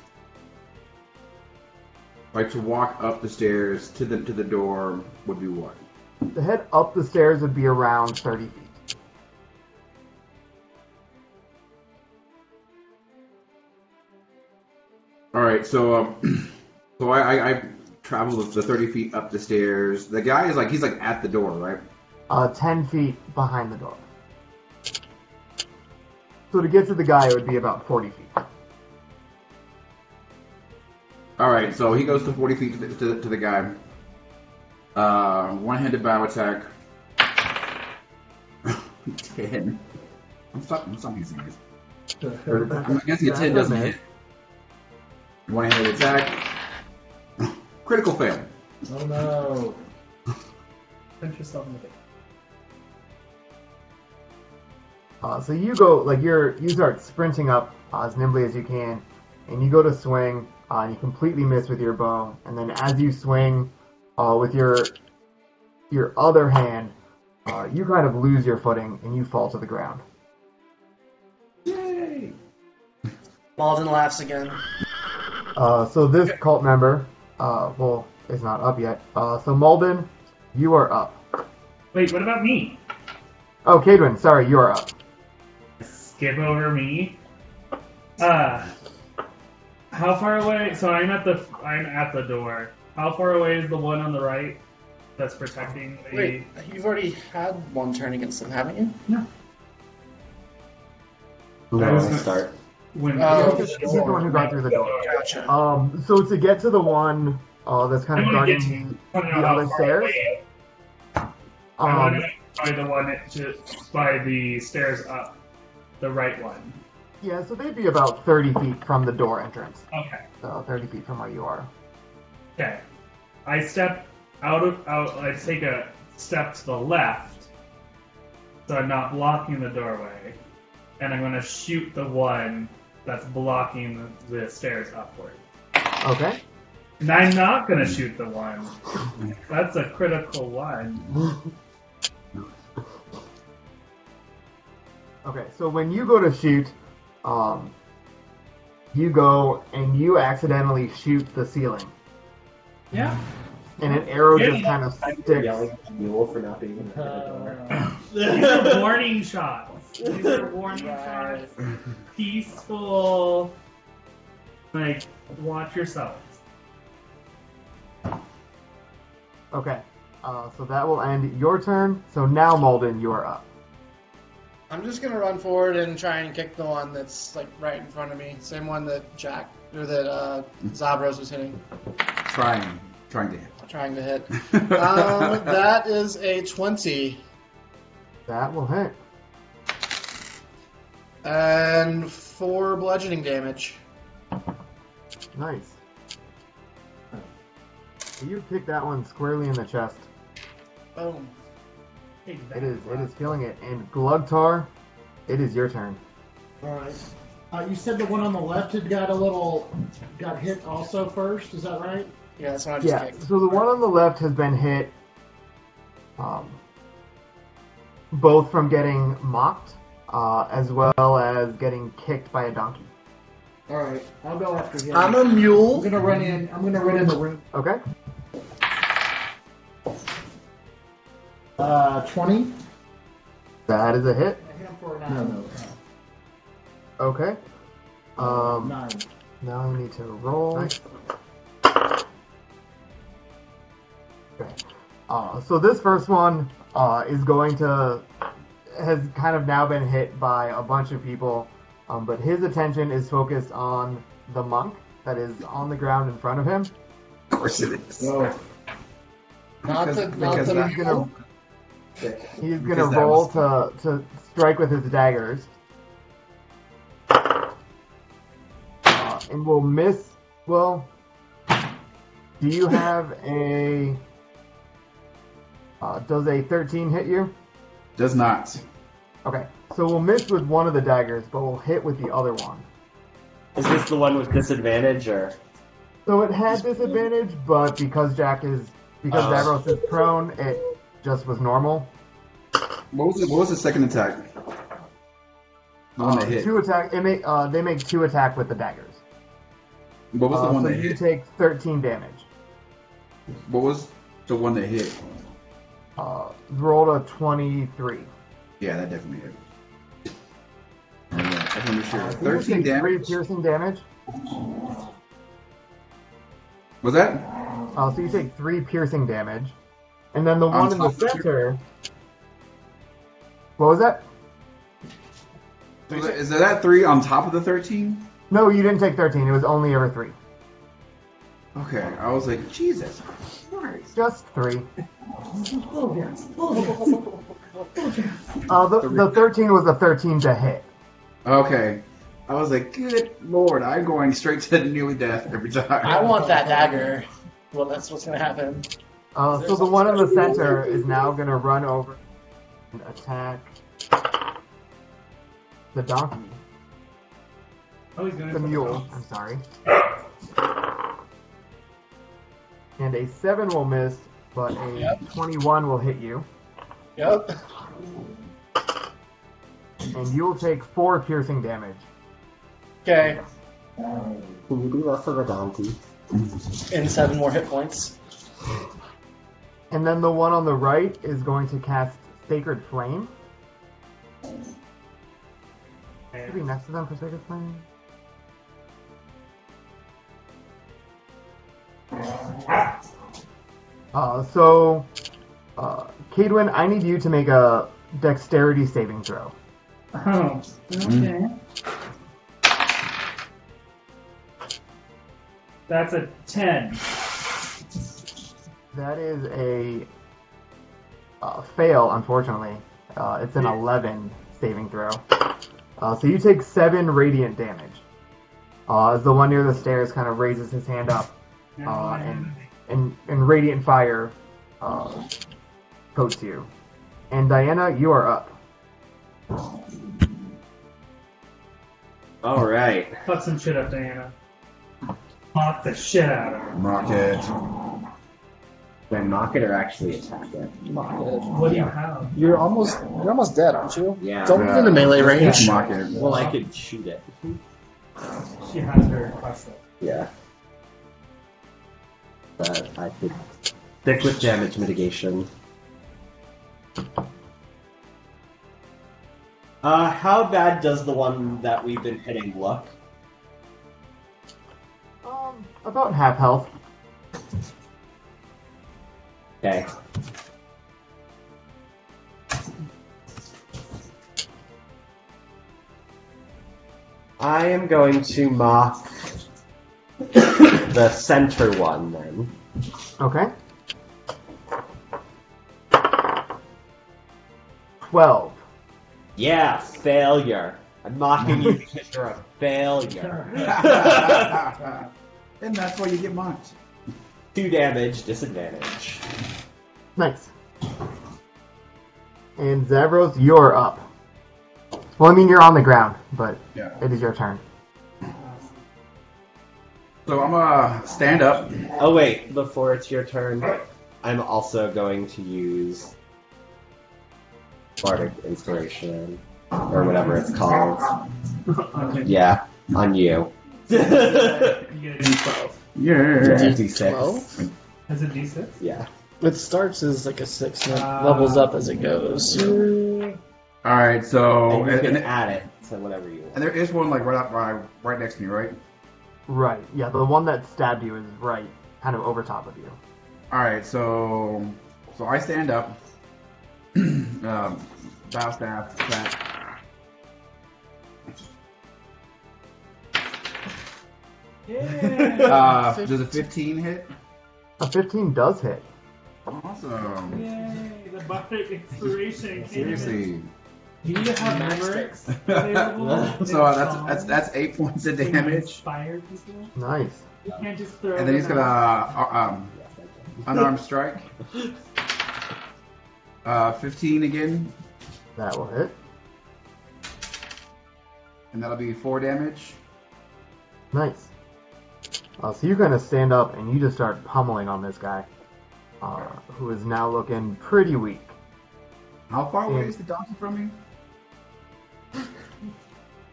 S3: like to walk up the stairs to the to the door would be what?
S4: The head up the stairs would be around 30 feet.
S3: All right, so um, so I, I, I traveled the thirty feet up the stairs. The guy is like he's like at the door, right?
S4: Uh, 10 feet behind the door. So to get to the guy, it would be about 40 feet.
S3: All right, so he goes to forty feet to the, to, the- to the guy. Uh, one-handed bow attack. ten. I'm stop. I'm stopping these guys. Or, I'm guessing a ten doesn't hit. One-handed attack. Critical fail.
S8: Oh no.
S2: Pinch yourself in the face.
S4: Uh, so you go like you're you start sprinting up uh, as nimbly as you can, and you go to swing. Uh, and you completely miss with your bow, and then as you swing uh, with your your other hand, uh, you kind of lose your footing and you fall to the ground.
S6: Malden laughs again.
S4: Uh, so this cult member, uh, well, is not up yet. Uh, so Malbin, you are up.
S2: Wait, what about me?
S4: Oh, Cadwin, sorry, you're up.
S2: skip over me. Uh, how far away? So I'm at the I'm at the door. How far away is the one on the right that's protecting the?
S6: Wait, you've already had one turn against them, haven't you?
S7: Who
S2: That
S7: wants
S2: was
S7: to
S2: my-
S7: start?
S2: When
S6: Oh,
S4: He's the one who got through the door.
S6: Gotcha.
S4: Um, so to get to the one uh, that's kind
S2: I
S4: of
S2: want to
S4: guarding
S2: get to.
S4: the,
S2: I wanna know
S4: the
S2: how
S4: other
S2: far
S4: stairs.
S2: away. I want
S4: Um,
S2: to by the one that just by the stairs up, the right one.
S4: yeah, so they'd be about 30 feet from the door entrance.
S2: Okay.
S4: So 30 uh, feet from where you are.
S2: Okay. I step out of out. I take a step to the left, so I'm not blocking the doorway, and I'm gonna shoot the one that's blocking the stairs upward.
S4: Okay.
S2: And I'm not gonna shoot the one. That's a critical one.
S4: Okay, so when you go to shoot, um, you go and you accidentally shoot the ceiling.
S2: Yeah.
S4: And an arrow just
S2: Yeah.
S4: kind of
S7: I'm
S4: sticks.
S7: yelling at the mule for not being in the door.
S6: Uh,
S2: These are warning shots. These are warning shots. Peaceful. Like, watch yourselves.
S4: Okay. Uh, so that will end your turn. So now, Malden, you are up.
S6: I'm just gonna run forward and try and kick the one that's like right in front of me. Same one that Jack or that uh, Zabros was hitting,
S3: Trying. Trying to hit.
S6: trying to hit. Um, that is a 20
S4: That will hit.
S6: and four bludgeoning damage.
S4: Nice. So you kick that one squarely in the chest.
S6: Boom.
S2: Take that.
S4: It is it is killing it. And Glugtar, it is your turn.
S5: All right. Uh, you said the one on the left had got a little, got hit also first. Is that right?
S6: Yeah, that's what I just
S4: Yeah.
S6: kicked.
S4: So the one on the left has been hit, um, both from getting mocked, uh, as well as getting kicked by a donkey.
S5: All right. I'll go after him.
S6: I'm a
S5: I'm
S6: mule.
S5: gonna run in. I'm gonna run in the room.
S4: Okay.
S5: Uh, twenty.
S4: That is a hit.
S5: Him for a nine.
S9: No, no,
S4: Okay. Um,
S5: Nine.
S4: Now I need to roll. Okay. Uh, so this first one uh, is going to has kind of now been hit by a bunch of people, um, but his attention is focused on the monk that is on the ground in front of him.
S3: Of course it is.
S5: No.
S6: Not the, not
S3: because
S6: the
S3: that-
S6: mule.
S4: He's gonna
S3: Because that
S4: roll
S3: was-
S4: to to strike with his daggers, uh, and will miss. Well, do you have a? Uh, does a thirteen hit you?
S3: Does not.
S4: Okay, so we'll miss with one of the daggers, but we'll hit with the other one.
S7: Is this the one with disadvantage or?
S4: So it had disadvantage, but because Jack is because
S7: Oh.
S4: Davros is prone, it just was normal.
S3: What was the, what was the second attack? The one
S4: Uh,
S3: that hit.
S4: Two attack. It make, uh, they make two attack with the daggers.
S3: What was
S4: Uh,
S3: the one
S4: so
S3: that
S4: you
S3: hit?
S4: take 13 damage.
S3: What was the one that hit?
S4: Uh, rolled a 23.
S3: Yeah, that definitely hit. uh, I just want to be sure.
S4: You take
S3: Thirteen
S4: Three
S3: damage.
S4: piercing damage.
S3: Was that?
S4: Uh, so you take three piercing damage. And then the one in the
S3: top of your-
S4: center. What was that?
S3: was that- Is that three on top of the thirteen?
S4: No, you didn't take 13. It was only ever three.
S3: Okay, I was like, Jesus.
S4: Just three.
S5: Oh yeah. Oh
S4: Uh, the, the 13 was a 13 to hit.
S3: Okay, I was like, Good Lord, I'm going straight to nearly death every time.
S6: I want that dagger. Well, that's what's gonna happen.
S4: Uh, so the one in the center is now going to run over and attack the donkey.
S2: Oh, he's gonna
S4: The
S2: hit
S4: mule, I'm sorry. And a 7 will miss, but a 21 will hit you.
S6: Yep.
S4: And you will take 4 piercing damage.
S6: Okay.
S7: Can you be less of a donkey?
S6: And seven more hit points.
S4: And then the one on the right is going to cast Sacred Flame. Should be next to them for sake of playing. Uh, so, uh, Cadwin, I need you to make a dexterity saving throw.
S2: Oh,
S9: Okay.
S2: that's a ten.
S4: That is a uh, fail, unfortunately. Uh, it's an 11 saving throw. Uh, so you take 7 radiant damage. Uh, as the one near the stairs kind of raises his hand up, uh, and, and, and radiant fire uh, coats you. And Diana, you are up.
S7: All right.
S2: Fuck some shit up, Diana. Fuck the shit out of her.
S3: Mock it.
S7: Did I mock it or actually attack it?
S2: What do you have?
S9: You're almost you're almost dead, aren't you?
S7: Yeah.
S9: Don't get into melee range.
S3: Mock it.
S7: Well, I could shoot it.
S2: She has her question.
S7: Yeah. But I could stick with damage mitigation. Uh, how bad does the one that we've been hitting look?
S4: Um, about half health.
S7: Okay. I am going to mock the center one then.
S4: Okay. 12.
S7: Yeah, failure. I'm mocking you because you're a failure.
S9: And that's why you get mocked.
S7: Two damage, disadvantage.
S4: Nice. And Zavros, you're up. Well, I mean, you're on the ground, but
S3: Yeah.
S4: it is your turn.
S3: So I'm gonna stand up.
S7: Oh wait, before it's your turn, I'm also going to use Bardic Inspiration or whatever it's called.
S2: okay.
S7: Yeah, on you. D6.
S2: You get a D12.
S3: Yeah.
S9: Twelve.
S2: As a D6?
S7: Yeah.
S9: It starts as like a six and it
S2: Ah.
S9: levels up as it goes.
S3: All right. So
S7: and you
S3: Oh, and,
S7: can
S3: and
S7: add it to whatever you want.
S3: there is one like right up right, right next to me, right?
S4: Right. Yeah, the one that stabbed you is right, kind of over top of you.
S3: All right. So so I stand up. um, bow staff. That. Uh, does a 15 hit?
S4: A 15 does hit.
S3: Awesome.
S2: Yay, the bardic inspiration. came in.
S3: Seriously.
S2: Do you have memories available?
S3: so uh, that's that's that's eight points of
S2: Can you
S3: damage,
S2: Inspire people.
S4: Nice.
S2: You can't just throw.
S3: and then he's
S2: them
S3: gonna
S2: out.
S3: uh, um, unarmed strike. Uh, 15 again,
S4: That will hit.
S3: and that'll be four damage.
S4: Nice. Uh, so you kind of stand up and you just start pummeling on this guy, uh, who is now looking pretty weak.
S3: How far away is the donkey from me?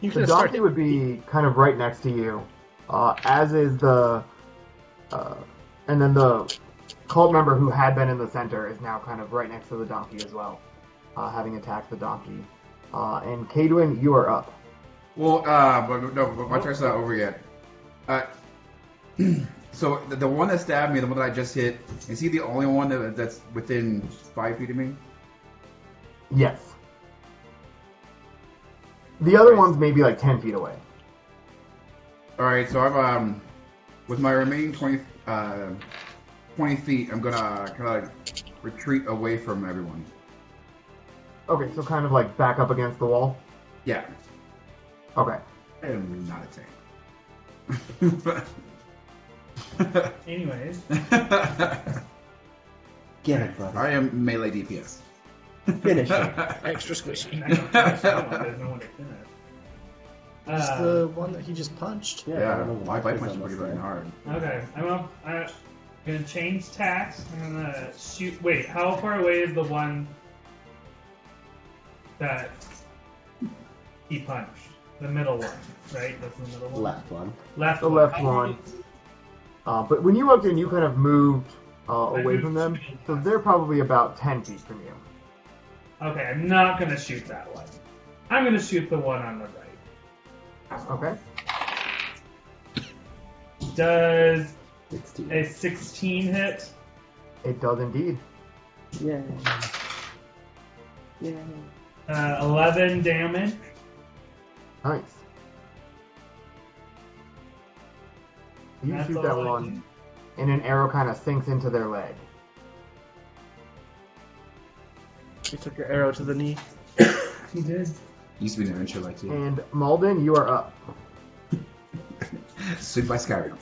S9: You
S4: The
S9: could start
S4: donkey would be kind of right next to you, uh, as is the, uh, and then the cult member who had been in the center is now kind of right next to the donkey as well, uh, having attacked the donkey. Uh, and Cadwin, you are up.
S3: Well, uh, but no, but my turn's not over yet. Uh, so the, the one that stabbed me, the one that I just hit, is he the only one that, that's within five feet of me?
S4: Yes. The other one's maybe like ten feet away.
S3: All right, so I'm um, with my remaining 20, uh, 20 feet, I'm gonna kind of retreat away from everyone.
S4: Okay, so kind of like back up against the wall.
S3: Yeah,
S4: Okay.
S3: I am not a
S2: Anyways,
S3: tank.
S7: Get it, buddy.
S3: I am melee DPS.
S7: Finish it.
S9: extra
S2: I
S9: squishy.
S2: don't know, there's no one to finish.
S9: It's
S2: Uh,
S9: the one that he just punched.
S7: Yeah, I
S3: yeah,
S7: don't know what
S3: my
S7: the fuck
S3: bite
S7: is
S3: punch
S7: on
S3: is pretty
S7: this
S3: fucking
S7: thing.
S3: hard.
S2: Okay, I'm up. I'm gonna change tax. I'm gonna shoot. Wait, how far away is the one that he punched? The middle one, right? That's the middle one.
S7: Left one.
S2: Left.
S4: The
S2: one.
S4: left
S2: How
S4: one.
S2: far-
S4: Uh, but when you walked in, you kind of moved uh,
S2: I
S4: away
S2: moved
S4: from them,
S2: to-
S4: so they're probably about ten feet from you.
S2: Okay, I'm not gonna shoot that one. I'm gonna shoot the one on the right.
S4: Okay.
S2: Does
S7: 16.
S2: a 16 hit?
S4: It does indeed.
S9: Yeah. Yeah.
S2: Uh, 11 damage.
S4: Nice. You
S2: That's
S4: shoot
S2: all
S4: that
S2: I
S4: one, and an arrow kind of sinks into their leg.
S9: She took your arrow to the knee.
S2: He did.
S3: Used to be an adventure like you.
S4: And Malden, you are up.
S3: Sued by Skyrim.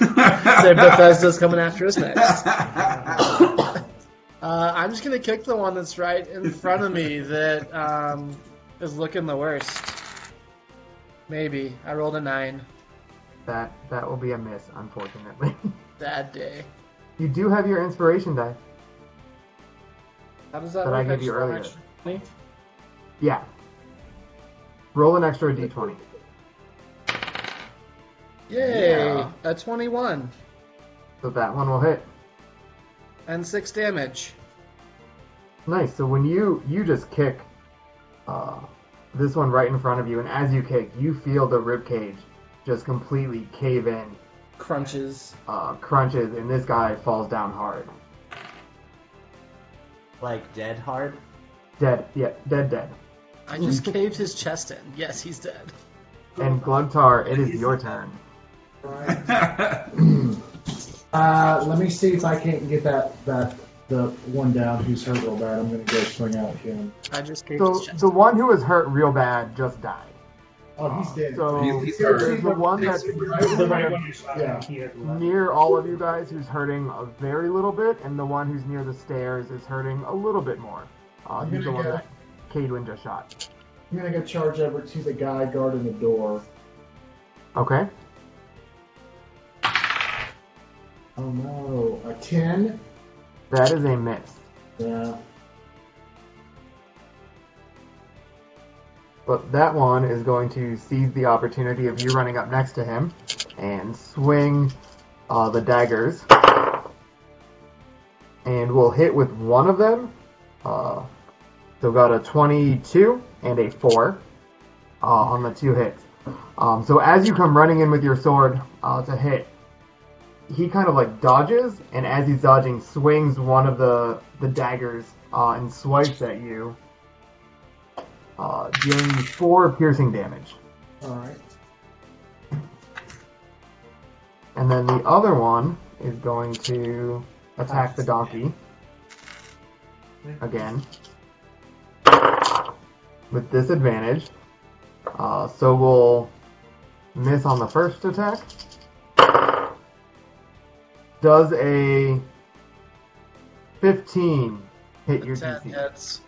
S9: Say Bethesda's coming after us next.
S3: Bethesda.
S9: Uh, I'm just gonna kick the one that's right in front of me that um, is looking the worst. Maybe I rolled a nine
S4: That that will be a miss, unfortunately.
S9: that day.
S4: you do have your inspiration die.
S9: How does that
S4: That I
S9: work?
S4: gave you
S9: just roll an
S4: earlier.
S9: extra 20?
S4: Yeah. Roll an extra d20.
S9: Yay!
S3: Yeah.
S9: A 21
S4: So that one will hit.
S9: and six damage.
S4: Nice. So when you you just kick uh, this one right in front of you, and as you kick, you feel the rib cage just completely cave in,
S9: Crunches.
S4: uh, crunches, and this guy falls down hard,
S7: Like dead hard.
S4: dead. Yeah, dead, dead. Hmm.
S9: I just caved his chest in. Yes, he's dead.
S4: And Glugtar, it is your turn.
S5: Right. Uh, let me see if I can't get that that the one down who's hurt real bad. I'm gonna go swing out at him.
S9: I just caved
S4: So
S9: his chest.
S4: the one who was hurt real bad just died.
S5: Oh, he's dead.
S4: So
S3: He's- he's
S4: the
S3: hurt.
S4: one that's
S2: The right one you shot
S5: Yeah.
S2: at, he had left.
S4: near all of you guys who's hurting a very little bit, and the one who's near the stairs is hurting a little bit more. Uh,
S5: I'm
S4: he's the
S5: gonna
S4: one
S5: go-
S4: that Cadwin just shot.
S5: I'm gonna go charge over to the guy guarding the door.
S4: Okay.
S5: Oh no, a ten.
S4: That is a miss.
S5: Yeah.
S4: But that one is going to seize the opportunity of you running up next to him and swing uh, the daggers. And we'll hit with one of them. Uh, so got a 22 and a 4 uh, on the two hits. Um, so as you come running in with your sword uh, to hit, he kind of like dodges, and as he's dodging, swings one of the, the daggers uh, and swipes at you uh, dealing you four piercing damage.
S5: All right.
S4: And then the other one is going to attack the donkey again with disadvantage. Uh, so we'll miss on the first attack. Does a 15 hit your
S9: Ten
S6: uh,
S4: DC?
S9: hits.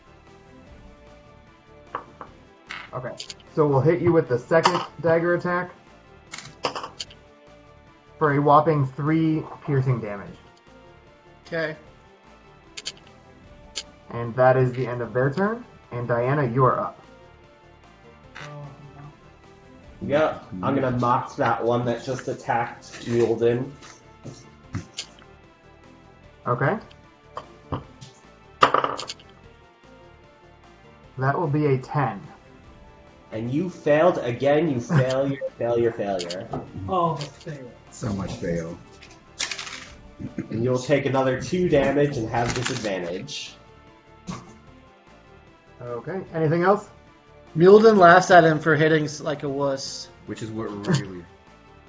S4: Okay. So we'll hit you with the second dagger attack for a whopping three piercing damage.
S9: Okay.
S4: And that is the end of their turn. And Diana, you're up.
S7: Yep. I'm gonna mock that one that just attacked Mulden.
S4: Okay. That will be a 10.
S7: And you failed again, you failure, failure, failure.
S6: Oh, fail.
S3: so much fail.
S7: And you'll take another two damage and have disadvantage.
S4: Okay. Anything else?
S9: Mulden laughs at him for hitting s- like a wuss.
S3: Which is what really.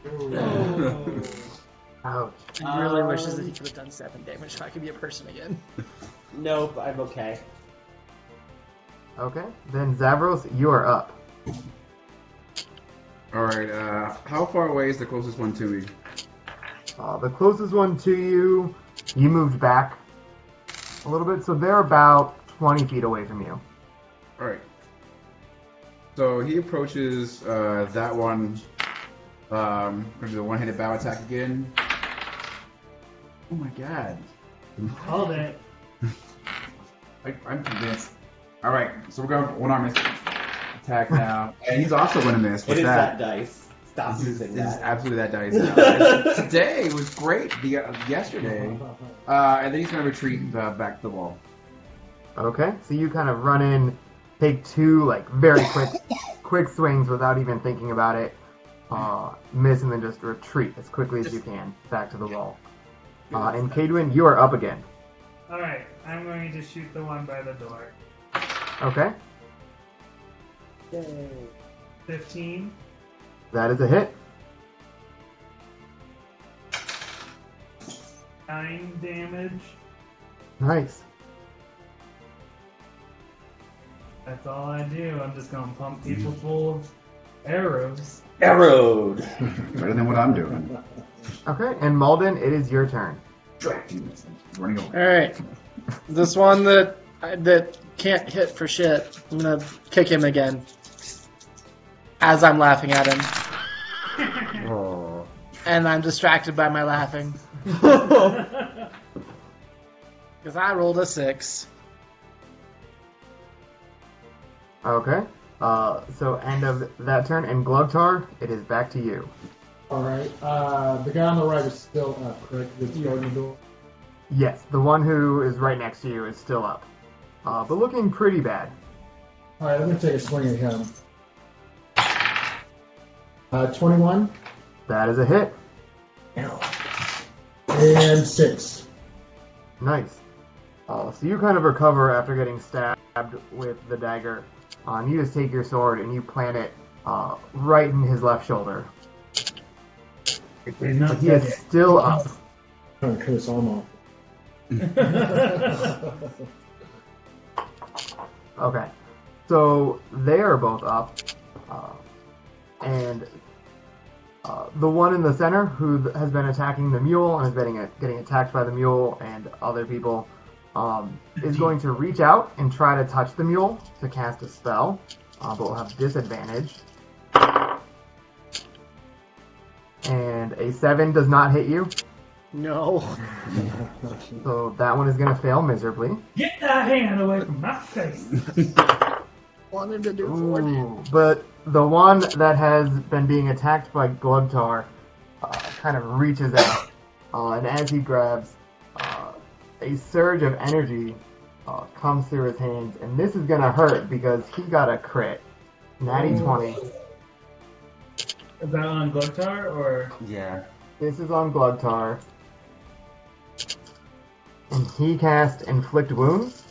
S2: Oh.
S4: Ouch.
S9: He really
S7: Um,
S9: wishes that he could have done seven damage so I could be a person again.
S7: Nope, I'm okay.
S4: Okay. Then Zavros, you are up.
S3: All right. Uh, how far away is the closest one to me?
S4: Uh, the closest one to you, you moved back a little bit, so they're about 20 feet away from you.
S3: All right. So he approaches uh, that one. Um, gonna do the one-handed bow attack again. Oh my god!
S2: Called it.
S3: I, I'm convinced. All right, so we're going one arm attack now, and he's also gonna miss
S7: It
S3: with
S7: is
S3: that.
S7: that dice. Stop
S3: This is,
S7: using
S3: this is
S7: that.
S3: absolutely that dice. now. Today was great. The uh, yesterday, uh, and then he's gonna retreat uh, back to the wall.
S4: Okay, so you kind of run in take two like very quick quick swings without even thinking about it. Uh, miss and then just retreat as quickly as you can back to the wall. Uh, and Cadwin, you are up again.
S2: All right, I'm going to shoot the one by the door.
S4: Okay,
S2: Fifteen.
S4: that is a hit.
S2: Nine damage.
S4: Nice.
S2: That's all I do. I'm just gonna pump people full of arrows.
S7: Arrowed.
S3: Better than what I'm doing.
S4: Okay, and Malden, it is your turn.
S3: Running over.
S9: All right, this one that that can't hit for shit. I'm gonna kick him again. As I'm laughing at him,
S3: Oh.
S9: and I'm distracted by my laughing because I rolled a six.
S4: Okay. Uh, so end of that turn, and Glugtar, it is back to you.
S5: All right. Uh, the guy on the right is still up, correct? That's guarding the door.
S4: Yes, the one who is right next to you is still up, uh, but looking pretty bad.
S5: All right, I'm going to take a swing at him. Uh, 21
S4: That is a hit.
S5: and 6.
S4: Nice. Uh, so you kind of recover after getting stabbed with the dagger. Uh, and you just take your sword and you plant it uh, right in his left shoulder.
S2: He's not
S4: He is still up.
S5: trying to cut his arm off.
S4: Okay. So they are both up. Uh, and uh, the one in the center who th- has been attacking the mule and is getting, getting attacked by the mule and other people um, is going to reach out and try to touch the mule to cast a spell, uh, but will have disadvantage. And a 7 does not hit you,
S9: No,
S4: so that one is going to fail miserably.
S2: Get that hand away from my face.
S9: wanted to do
S4: Ooh, but the one that has been being attacked by Glugtar uh, kind of reaches out, uh, and as he grabs, uh, a surge of energy uh, comes through his hands, and this is gonna hurt because he got a crit, natty twenty.
S2: Is that on Glutar or?
S3: Yeah.
S4: This is on Glugtar, and he cast inflict wounds.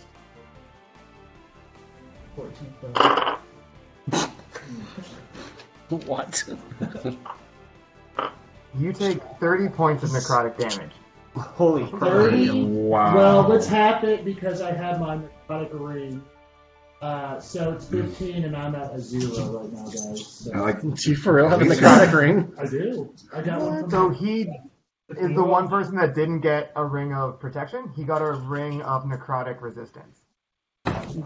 S5: 14.
S9: What?
S4: You take thirty points of necrotic damage.
S7: Holy crap.
S5: 30.
S3: Wow.
S5: Well, let's half it because I have my necrotic ring. Uh, so it's 15, and I'm at a zero right now, guys.
S3: I
S5: So.
S3: like
S9: Do you for real have a necrotic ring?
S5: I do. I got one. From
S4: So he is the one person that didn't get a ring of protection. He got a ring of necrotic resistance.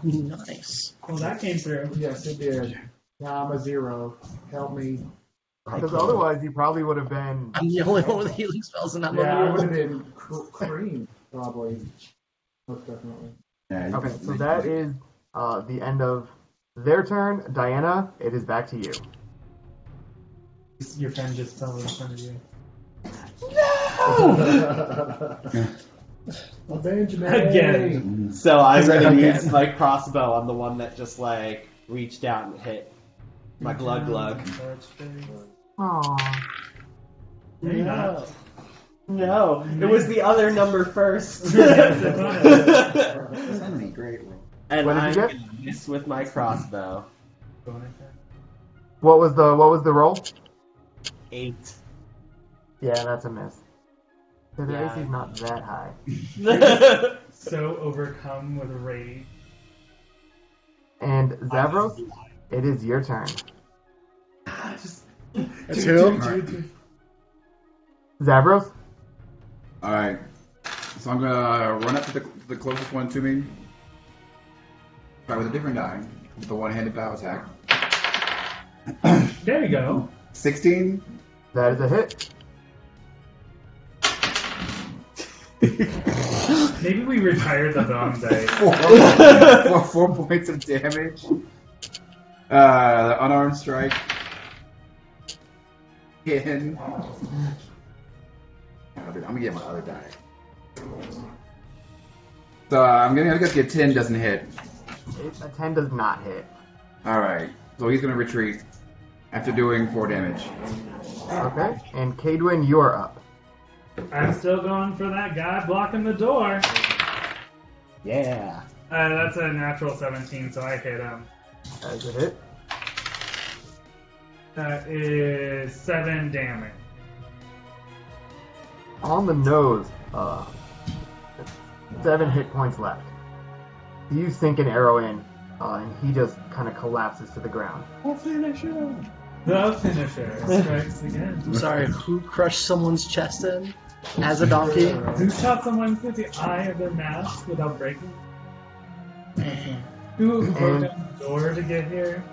S9: Nice.
S2: Well, that came through.
S5: Yes, it did. Now I'm a zero. Help me.
S4: Because otherwise, he probably would have been.
S9: I'm the only one with healing spells, and I'm
S5: Yeah, I
S9: the
S5: would
S9: only
S5: have
S9: one.
S5: been cr- cream, probably. Most definitely.
S3: Yeah, you
S4: Okay,
S3: can-
S4: so that is uh, the end of their turn. Diana, it is back to you.
S2: Your friend just fell in front of you.
S5: Well, Benjamin.
S2: Again.
S7: So I'm
S9: that
S7: gonna
S9: okay?
S7: use my crossbow on the one that just like reached out and hit my glug glug.
S4: Aww.
S2: No, you're not.
S7: No, it was the other number first.
S3: That's gonna be great. Roll.
S7: and
S4: What did you
S7: I'm
S4: get?
S7: gonna miss with my crossbow.
S4: What was the what was the roll?
S7: Eight.
S4: Yeah, that's a miss. Because
S7: Yeah.
S4: AC is not that high.
S2: So overcome with rage.
S4: And Zavros, it is your turn.
S9: It's who?
S4: Zavros,
S3: All right. So I'm gonna run up to the, to the closest one to me. Try with a different die, with the one-handed bow attack.
S2: There you go.
S3: 16.
S4: that is a hit.
S2: Maybe we retire the bomb dice.
S3: Four, four, four points of damage. Uh, the unarmed strike. And Oh, I'm gonna get my other uh, die. So I'm gonna guess the 10 doesn't hit.
S4: It, a 10 does not hit.
S3: All right. So he's gonna retreat after doing four damage.
S4: Okay. And Cadwin, you're up.
S5: I'm still going for that guy blocking the door.
S7: Yeah.
S5: Uh, that's a natural 17, so I hit him.
S4: That is a hit.
S5: That is seven damage.
S4: on the nose. Uh, seven hit points left. You sink an arrow in, uh, and he just kind of collapses to the ground.
S5: The finisher strikes again.
S6: I'm sorry, who crushed someone's chest in as a donkey?
S5: Who shot someone through the eye of their mask without breaking? Who
S3: Mm-hmm.
S5: broke down the door to get here?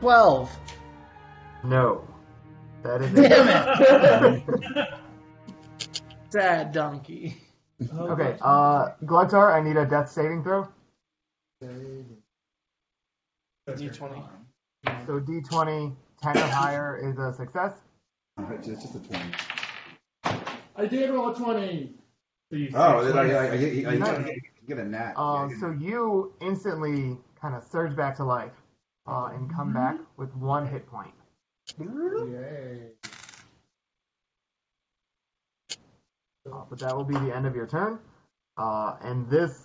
S6: Twelve.
S4: No, that is it.
S6: Damn it! Sad donkey.
S4: okay, uh, Glugtar, I need a death saving throw.
S6: D20.
S4: So D20, 10 or higher is a success.
S3: It's just a twenty.
S5: I did roll a 20.
S2: So you
S3: Oh,
S2: say
S3: then I, I, I, get- I,
S4: Nice.
S3: I get a nat.
S4: Um, so you instantly kind of surge back to life uh, and come back with one hit point. Uh, but that will be the end of your turn. Uh, and this.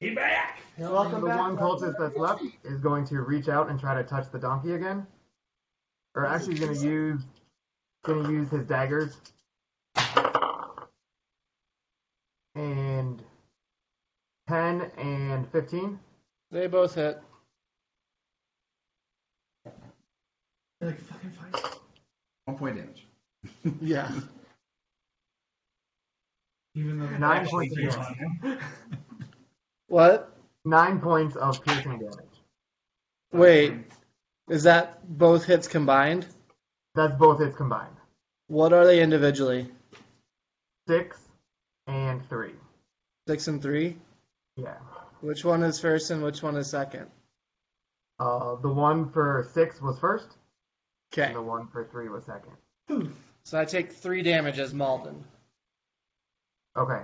S4: Be back! the one cultist that's left is going to reach out and try to touch the donkey again. Or actually, he's going to use. Going to use his daggers. And. 10 and 15.
S6: They both hit.
S3: one point damage.
S6: Yeah.
S5: Even though the
S4: 9
S5: dash
S4: points,
S5: is zero on him.
S6: What?
S4: 9 points of piercing damage.
S6: Wait. Is that both hits combined?
S4: That's both hits combined.
S6: What are they individually?
S4: 6 and 3.
S6: Six and three?
S4: Yeah.
S6: Which one is first and which one is second?
S4: Uh, the one for 6 was first,
S6: Okay.
S4: and the one for 3 was second.
S6: So I take three damage as Malden.
S4: Okay.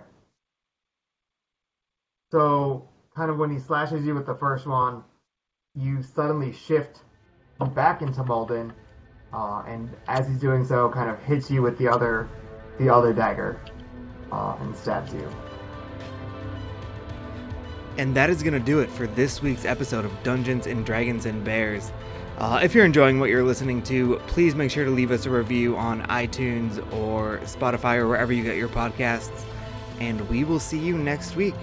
S4: So, kind of when he slashes you with the first one, you suddenly shift back into Malden, uh, and as he's doing so, kind of hits you with the other, the other dagger, uh, and stabs you.
S1: And that is going to do it for this week's episode of Dungeons and Dragons and Bears. Uh, if you're enjoying what you're listening to, please make sure to leave us a review on iTunes or Spotify or wherever you get your podcasts. And we will see you next week.